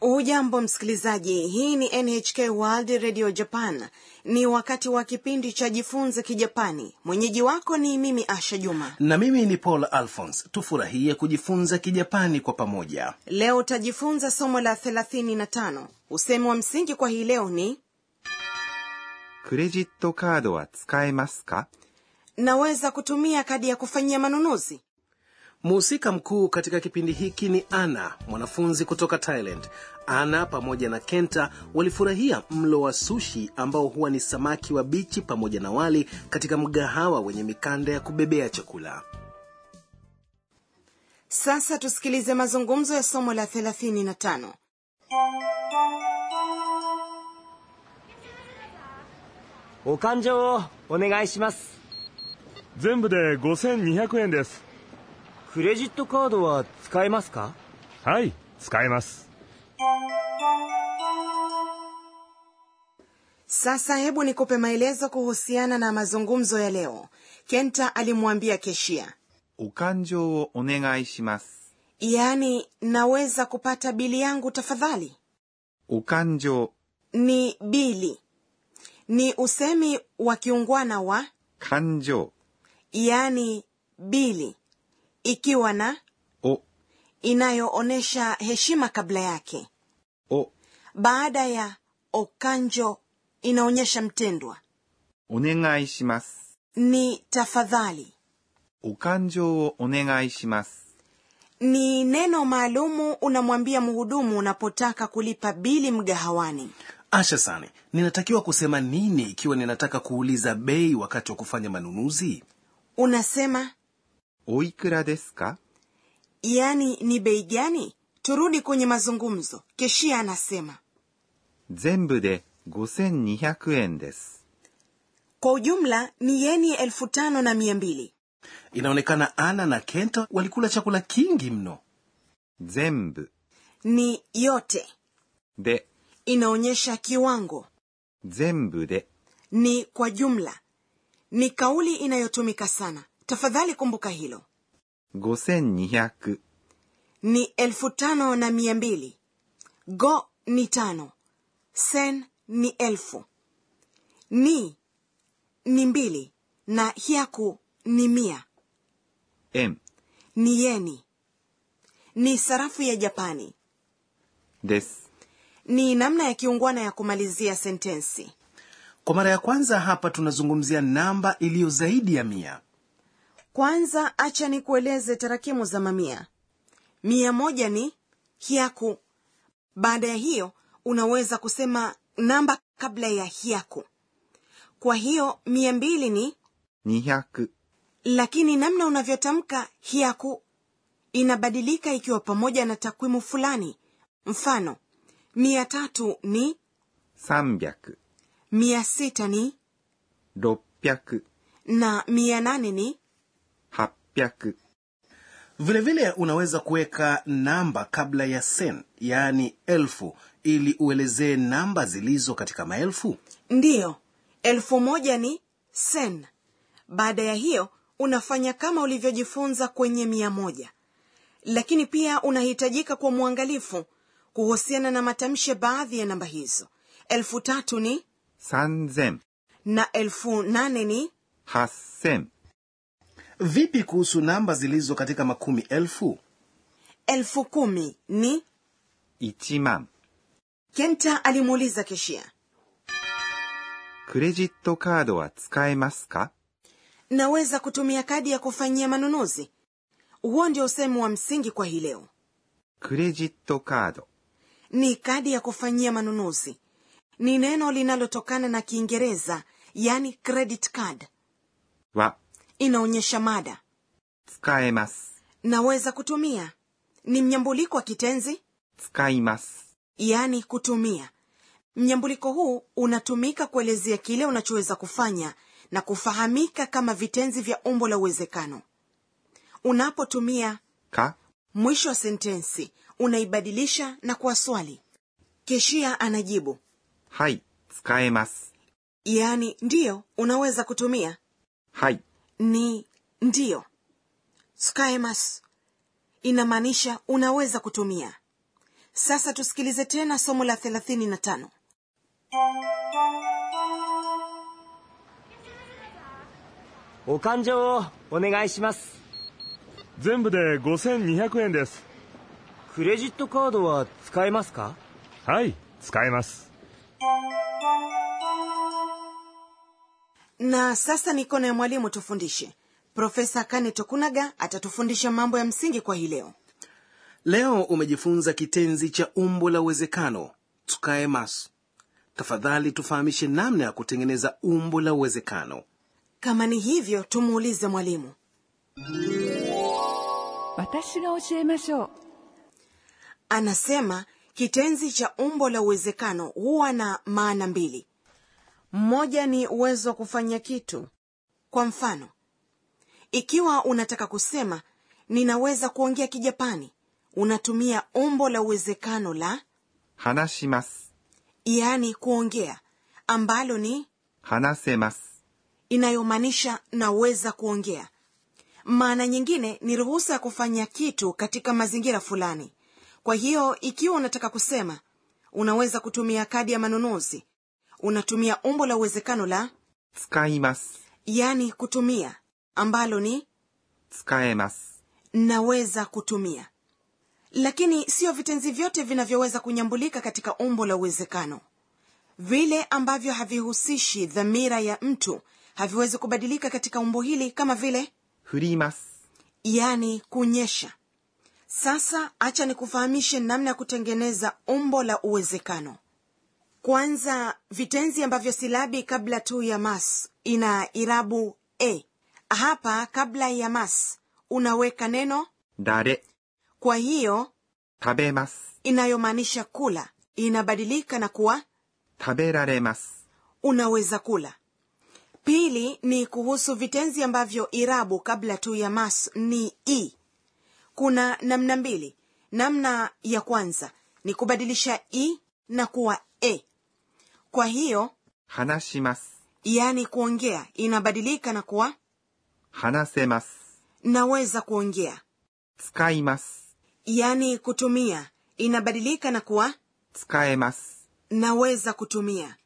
hujambo msikilizaji hii ni nhk world radio japan ni wakati wa kipindi cha jifunze kijapani mwenyeji wako ni mimi asha juma na mimi ni paul alphons tufurahie kujifunza kijapani kwa pamoja leo utajifunza somo la 35 usemi wa msingi kwa hii leo ni クレジットカードは使えますか naweza kutumia kadi ya kufanyia manunuzi mhusika mkuu katika kipindi hiki ni ana mwanafunzi kutoka thailand ana pamoja na kenta walifurahia mlo wa sushi ambao huwa ni samaki wabichi pamoja na wali katika mgahawa wenye mikanda ya kubebea chakula sasa tusikilize mazungumzo ya somo la 35お勘定をお願いします全部で5200円ですクレジットカードは使えますかはい使えます sasa hebu nikupe maelezo kuhusiana na mazungumzo ya leo kenta alimwambia keshia お勘定をお願いします。 yaani naweza kupata bili yangu tafadhali お勘定、 ni bili ni usemi wa kiungwana wa 勘定 yaani bili ikiwa na を、 inayoonyesha heshima kabla yake を、 baada ya okanjo inaonyesha mtendwa お願いします。 ni tafadhali お勘定をお願いします。 ni neno maalumu unamwambia mhudumu unapotaka kulipa bili mgahawani asha sani ninatakiwa kusema nini ikiwa ninataka kuuliza bei wakati wa kufanya manunuzi unasema おいくらですか yaani ni bei gani turudi kwenye mazungumzo keshia anasema 全部で5200円です。 kwa ujumla ni yeni elfu tano na mia mbili inaonekana ana na kenta walikula chakula kingi mno 全部 ni yote で、 inaonyesha kiwango 全部で、 ni kwa jumla ni kauli inayotumika sana tafadhali kumbuka hilo 5200、 ni elfu tano na mia mbili go ni tano sen ni elfu ni ni mbili na hiaku ni mia 円 ni yeni ni sarafu ya japani です。 ni namna ya kiungwana ya kumalizia sentensi kwa mara ya kwanza hapa tunazungumzia namba iliyo zaidi ya mia kwanza acha nikueleze tarakimu za mamia mia moja ni hiaku baada ya hiyo unaweza kusema namba kabla ya hiaku kwa hiyo mia mbili ni 200、 lakini namna unavyotamka hiaku inabadilika ikiwa pamoja na takwimu fulani mfano mia tatu ni 300、 mia sita ni 600、 na mia nane ni 800、 vilevile vile unaweza kuweka namba kabla ya sen yaani elfu ili uelezee namba zilizo katika maelfu ndiyo elfu moja ni sen baada ya hiyo unafanya kama ulivyojifunza kwenye mia moja lakini pia unahitajika kwa mwangalifu kuhusiana na matamshi ya baadhi ya namba hizo elfu tatu ni 3000、 na elfu nane ni 8000、 vipi kuhusu namba zilizo katika makumi elfu elfu kumi ni 1万。 kenta alimuuliza keshia クレジットカードは使えますか naweza kutumia kadi ya kufanyia manunuzi huo ndio usemi wa msingi kwa hii leo クレジットカード ni kadi ya kufanyia manunuzi ni neno linalotokana na kiingereza yani credit card は inaonyesha mada 使えます。 naweza kutumia ni mnyambuliko wa kitenzi 使います。 yani kutumia mnyambuliko huu unatumika kuelezea kile unachoweza kufanya na kufahamika kama vitenzi vya umbo la uwezekano unapotumia か mwisho wa sentensi unaibadilisha na kuwa swali keshia anajibu はい、使えます。 yaani ndiyo unaweza kutumia はい、 ni ndiyo skaemas inamaanisha unaweza kutumia sasa tusikilize tena somo la 35お勘定をお願いします全部で5200円ですクレジットカードは使えますかはい使えます na sasa mikono ya mwalimu tufundishe profesa kane tokunaga atatufundisha mambo ya msingi kwa hii leo leo umejifunza kitenzi cha umbo la uwezekano tsukaemasu tafadhali tufahamishe namna ya kutengeneza umbo la uwezekano kama ni hivyo tumuulize mwalimu 私が教えましょう anasema kitenzi cha umbo la uwezekano huwa na maana mbili mmoja ni uwezo wa kufanya kitu kwa mfano ikiwa unataka kusema ninaweza kuongea kijapani unatumia umbo la uwezekano la 話します。 yaani kuongea ambalo ni 話せます。 inayomaanisha naweza kuongea maana nyingine ni ruhusa ya kufanya kitu katika mazingira fulani kwa hiyo ikiwa unataka kusema unaweza kutumia kadi ya manunuzi unatumia umbo la uwezekano la 使います。 yani kutumia ambalo ni 使えます。 naweza kutumia lakini siyo vitenzi vyote vinavyoweza kunyambulika katika umbo la uwezekano vile ambavyo havihusishi dhamira ya mtu haviwezi kubadilika katika umbo hili kama vile 振ります。 yani kunyesha sasa acha nikufahamishe namna ya kutengeneza umbo la uwezekano kwanza vitenzi ambavyo silabi kabla tu ya mas ina irabu e hapa kabla ya mas unaweka neno 誰、 kwa hiyo 食べます。 inayomaanisha kula inabadilika na kuwa 食べられます。 unaweza kula pili ni kuhusu vitenzi ambavyo irabu kabla tu ya mas ni i kuna namna mbili namna ya kwanza ni kubadilisha i na kuwa e kwa hiyo 話します。 yaani kuongea inabadilika na kuwa 話せます。 naweza kuongea 使います。 yaani kutumia inabadilika na kuwa 使えます。 naweza kutumia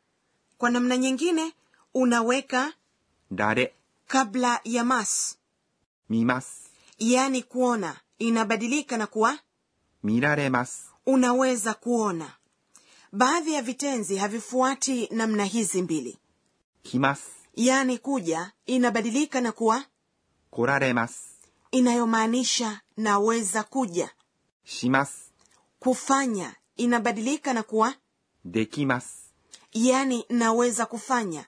kwa namna nyingine unaweka 誰、 kabla ya mas 見ます。 yaani kuona inabadilika na kuwa 見られます。 unaweza kuona baadhi ya vitenzi havifuati namna hizi mbili 来ます。 yaani kuja inabadilika na kuwa 来られます。 inayomaanisha naweza kuja します。 kufanya inabadilika na kuwa できます。 yaani naweza kufanya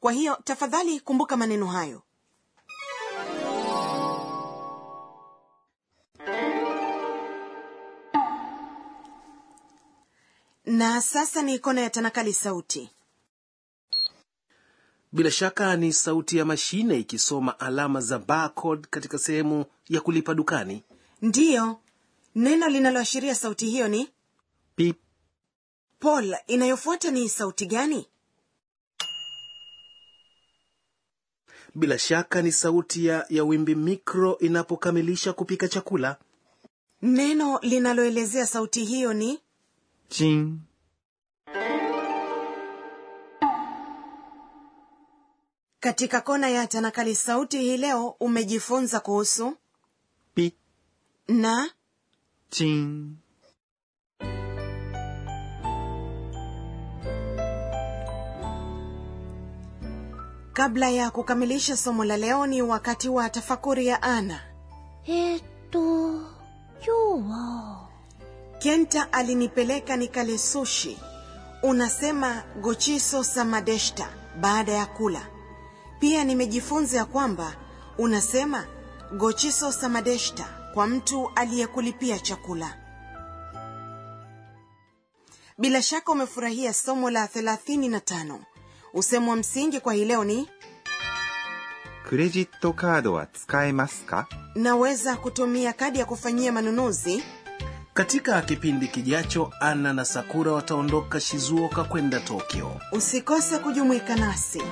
kwa hiyo tafadhali kumbuka maneno hayo na sasa ni kona ya tanakali sauti bila shaka ni sauti ya mashine ikisoma alama za barcode katika sehemu ya kulipa dukani ndiyo neno linaloashiria sauti hiyo ni ピッ、 paul inayofuata ni sauti gani bila shaka ni sauti ya, ya wimbi mikro inapokamilisha kupika chakula neno linaloelezea sauti hiyo ni チン、 katika kona ya tanakali sauti hii leo umejifunza kuhusu ピッ、 na チン。 kabla ya kukamilisha somo la leo ni wakati wa tafakuri ya ana えーっと、今日は、 kenta alinipeleka nikale sushi unasema gochiso samadeshta baada ya kula pia nimejifunza ya kwamba unasema gochiso samadeshta kwa mtu aliyekulipia chakula bila shaka umefurahia somo la 35 usemo wa msingi kwa hii leo ni クレジットカードは使えますか naweza kutumia kadi ya kufanyia manunuzi katika kipindi kijacho ana na sakura wataondoka shizuoka kwenda tokyo usikose kujumuika nasi